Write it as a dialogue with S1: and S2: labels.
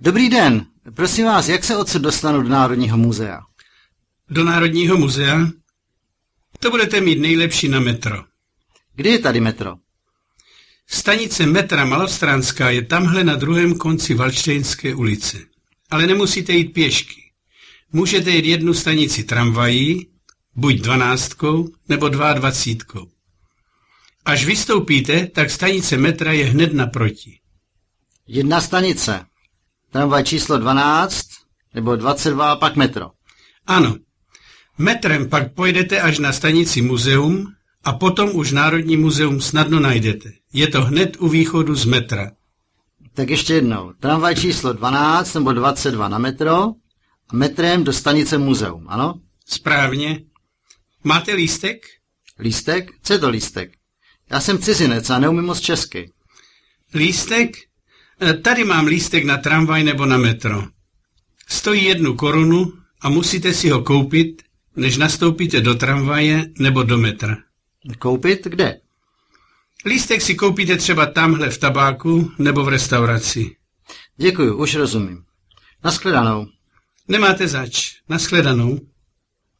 S1: Dobrý den, prosím vás, jak se odsud dostanu do Národního muzea?
S2: Do Národního muzea? To budete mít nejlepší na metro.
S1: Kdy je tady metro?
S2: Stanice metra Malostránská je tamhle na druhém konci Valštejnské ulice. Ale nemusíte jít pěšky. Můžete jít jednu stanici tramvají, buď dvanáctkou nebo dvádvacítkou. Až vystoupíte, tak stanice metra je hned naproti.
S1: Jedna stanice. Tramvaj číslo 12 nebo 22 pak metro.
S2: Ano. Metrem pak pojedete až na stanici muzeum a potom už Národní muzeum snadno najdete. Je to hned u východu z metra.
S1: Tak ještě jednou. Tramvaj číslo 12 nebo 22 na metro a metrem do stanice muzeum, ano?
S2: Správně. Máte lístek?
S1: Lístek? Co je to lístek? Já jsem cizinec a neumím moc česky.
S2: Lístek? E, Tady mám lístek na tramvaj nebo na metro. Stojí jednu korunu a musíte si ho koupit, než nastoupíte do tramvaje nebo do metra.
S1: Koupit kde?
S2: Lístek si koupíte třeba tamhle v tabáku nebo v restauraci.
S1: Děkuji, už rozumím. Naschledanou.
S2: Nemáte zač. Naschledanou.